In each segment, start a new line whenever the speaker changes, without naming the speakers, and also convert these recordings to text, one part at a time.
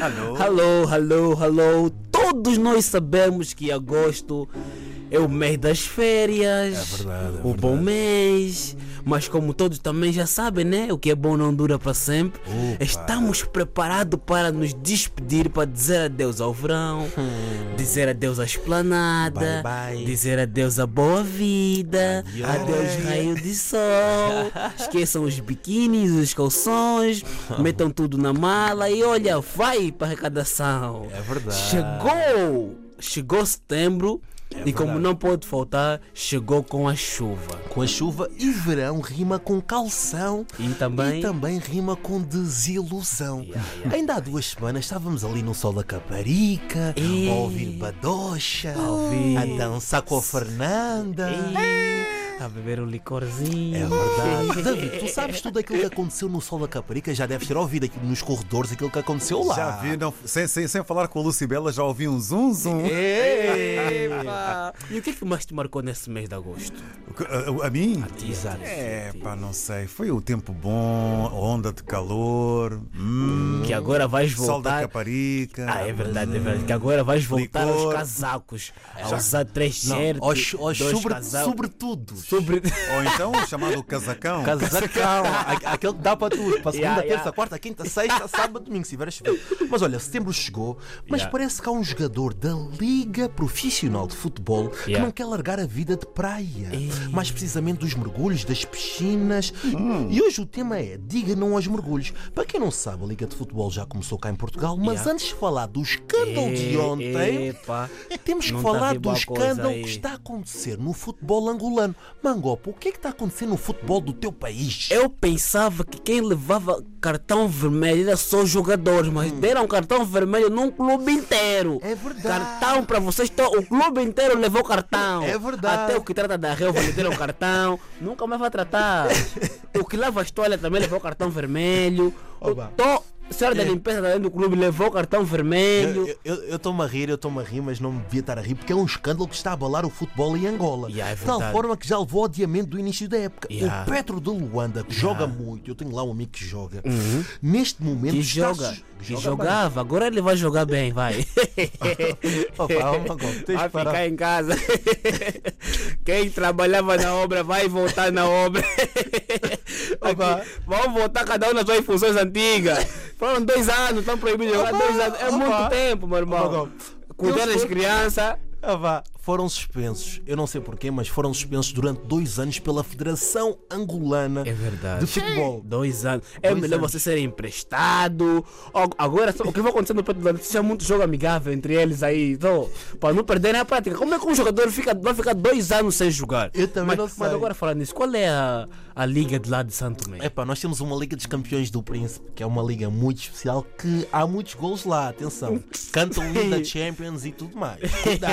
Alô?
Hello, hello, hello. Todos nós sabemos que agosto é o mês das férias.
É verdade, é
o bom
verdade.
mês. Mas como todos também já sabem, né? O que é bom não dura para sempre.
Opa.
Estamos preparados para nos despedir, para dizer adeus ao verão, dizer adeus à esplanada,
Bye, bye.
dizer adeus à boa vida,
Adiós.
adeus raio de sol. Esqueçam os biquínis, os calções, metam tudo na mala e olha, vai para a arrecadação.
É verdade.
Chegou! Chegou setembro e como
É verdade.
não pode faltar, chegou com a chuva.
Com a chuva e verão rima com calção
E também-
e também rima com desilusão. Ainda há duas semanas estávamos ali no sol da Caparica,
Ei.
a ouvir Badocha,
ouvir.
a dançar com a Fernanda.
a beber um licorzinho.
É verdade. David, tu sabes tudo aquilo que aconteceu no Sol da Caparica? Já deves ter ouvido aqui nos corredores aquilo que aconteceu lá.
Já vi, não- sem, sem, sem falar com a Lucibela, já ouvi um zum zum.
Epa! E o que é que mais te marcou nesse mês de agosto?
O que- A, a- a mim?
Exato.
É, pá, não sei. Foi o tempo bom, a onda de calor, hum,
Que agora vais
sol da
voltar.
Caparica.
Ah, é
eh,
verdade, é verdade. Que agora vais voltar aos
Licor.
casacos. A usar três shirts.
Aos, aos
dois
sobre-
casacos.
sobretudo.
Sobre-
Ou então o chamado casacão.
Casacão, a- aquele que dá para tudo, para segunda,
Yeah,
terça,
yeah.
quarta, quinta, sexta, sábado, domingo, se tiver a chover. Mas olha, setembro chegou, mas
Yeah.
parece que há um jogador da Liga Profissional de Futebol que
Yeah.
não quer largar a vida de praia. Mais precisamente dos mergulhos, das piscinas.
Hum.
E hoje o tema é Diga Não aos Mergulhos. Para quem não sabe, a Liga de Futebol já começou cá em Portugal, mas
Yeah.
antes de falar do escândalo de
E-
ontem.
Epa.
Temos que
Não tá
falar
bem
do
boa coisa
escândalo
aí.
que está a acontecer no futebol angolano. Mangopa, o que é que está a acontecer no futebol do teu país?
Eu pensava que quem levava cartão vermelho era só os jogadores, mas deram cartão vermelho num clube inteiro.
Hum. É verdade.
Cartão para vocês, to- o clube inteiro levou cartão.
É verdade.
Até o que trata da relva lhe deram um cartão, nunca mais vai tratar. O que lava a história também levou cartão vermelho. O
Oba. É.
to... Senhora da limpeza dentro do clube levou cartão vermelho.
Eu- Eu eu estou-me a rir, eu estou-me a rir, mas não me devia estar a rir, porque é um escândalo que está a abalar o futebol em Angola.
Yeah, é
de tal
verdade.
forma que já levou ao adiamento do início da época.
Yeah.
O Petro de Luanda, que joga muito, eu tenho lá um amigo que joga, neste momento
Uhum. Que
está
joga,
su-
que
é. bem.
jogava, agora ele vai jogar bem, vai.
Opa, oh, Mangopa, tens de
Vai
parar.
ficar em casa. Quem trabalhava na obra vai voltar na obra.
Opa.
Aqui, vamos voltar cada um nas suas funções antigas. Foram dois anos, estão proibidos de jogar dois anos. É
Opa.
muito tempo, meu irmão.
Opa.
Cuidar
Eles
das
foram-
crianças.
Ah, vá. Foram suspensos, eu não sei porquê, mas foram suspensos durante dois anos pela Federação Angolana
É verdade.
de Futebol.
Dois anos. É
Dois
melhor
anos.
você ser emprestado. Ag- Agora, só- o que vai acontecer no Preto do Norte? Seja muito jogo amigável entre eles aí. Então, para não perderem a prática. Como é que um jogador fica, vai ficar dois anos sem jogar?
Eu também
mas,
não
Mas
sei.
agora, falando nisso, qual é a, a liga de lá de Santo Tomé?
Epá, nós temos uma Liga dos Campeões do Príncipe, que é uma liga muito especial, que há muitos gols lá, atenção. Cantam Linda Champions e tudo mais. Cuidado,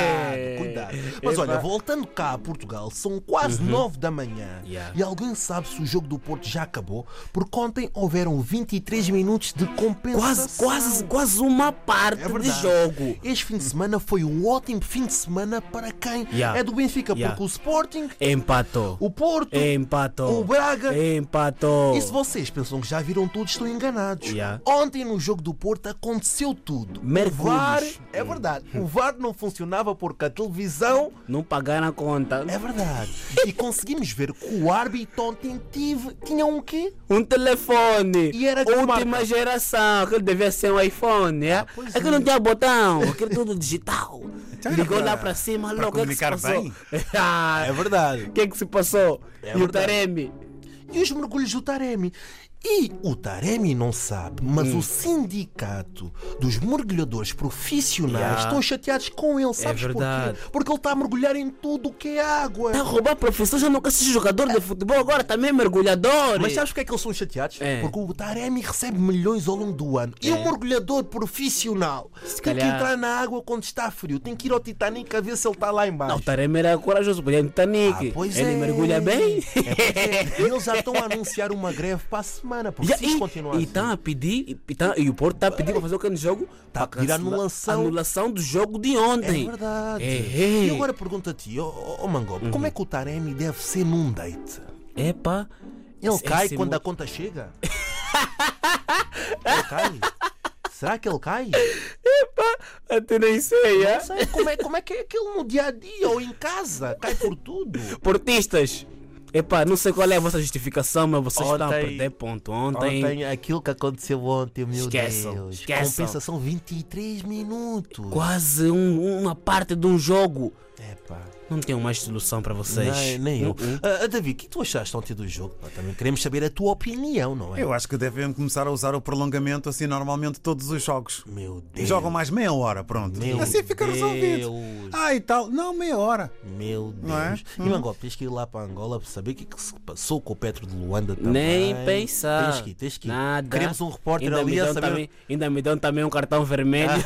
cuidado. Mas
Epá. Uhum.
olha, voltando cá a Portugal, são quase nove da manhã.
Yeah.
E alguém sabe se o jogo do Porto já acabou? Porque ontem houveram 23 minutos de compensação.
Quase, quase, quase uma parte
É
de
verdade.
jogo.
Este fim de semana foi um ótimo fim de semana para quem
Yeah.
é do Benfica,
Yeah. É,
porque o Sporting,
Empatou.
o Porto,
Empatou.
o Braga
Empatou.
E se vocês pensam que já viram tudo, estão enganados.
Yeah.
Ontem no jogo do Porto aconteceu tudo.
Mergulhos.
O VAR, é verdade, o VAR não funcionava porque a televisão,
Não pagaram a conta.
é verdade. E conseguimos ver que o árbitro ontem tive, tinha um quê?
Um telefone.
E era que
Última
marca?
geração. Aquele devia ser um iPhone, é?
pois
aquele
é.
não tinha botão. Aquele tudo digital.
Então era
Ligou
pra-
lá pra cima,
pra
logo. O que é que se
comunicar
passou?
bem?
Ah,
É verdade.
O que é que se passou?
É
e o
verdade.
Taremi?
E os mergulhos do Taremi. E o Taremi não sabe, mas
Hum.
o sindicato dos mergulhadores profissionais
Yeah. É
estão chateados com ele, sabes
verdade.
porquê? Porque ele está a mergulhar em tudo o que é água.
Tá a roubar professor, já nunca assisti jogador de futebol, agora também é mergulhador.
Mas sabes porque é que eles são chateados?
É.
Porque o Taremi recebe milhões ao longo do ano. E o mergulhador profissional
Se
tem que
calhar-
entrar na água quando está frio. Tem que ir ao Titanic a ver se ele está lá
Não, o
embaixo.
Taremi era corajoso, podia no Titanic.
Ah, pois
tá Ele
é.
mergulha bem.
É, pois é. E eles já estão a anunciar uma greve para a semana, porque
E
se assim, eles continuarem.
e tá a pedir, e, e tá- e o Porto está a pedir para fazer o que no jogo?
Tá a
Pra
pedir
cancelar-
anulação.
anulação do jogo de
É
ontem.
verdade.
É, Uhum. é.
E agora pergunta-te, ó oh, Mangob, como é que o Taremi deve ser num date?
Epa.
Ele
Esse- é
cai
esse
quando
mo-
a conta chega? Ele cai. Será que ele cai?
Epa, até nem sei, é?
Não sei como é, como é que é aquilo no dia a dia ou em casa. Cai por tudo.
Portistas. Epá, não sei qual é a vossa justificação, mas vocês estão a
Ontem-
perder ponto. Ontem.
Ontem, aquilo que aconteceu ontem, meu
Esqueçam,
Deus.
esqueçam.
Compensação 23 minutos.
Quase um- uma parte de um jogo.
Epá.
Não tenho mais solução para vocês.
Nem, nem eu.
Não-
Ah, ah, David, o que tu achaste ontem do jogo? Pá, também queremos saber a tua opinião, não é?
Eu acho que devem começar a usar o prolongamento assim normalmente todos os jogos.
Meu Deus.
Jogam mais meia hora, pronto.
Meu
assim fica resolvido.
Deus.
Ah, e tal. Não, meia hora.
Meu
Não é?
Deus. E Mangó, tens que ir lá para Angola para saber o que, é que se passou com o Petro de Luanda também.
Nem pensar.
tá Tens que ir, tens que ir.
Nada.
Queremos um repórter
Ainda me
ali a
dão
saber.
também- ainda me dão também um cartão vermelho.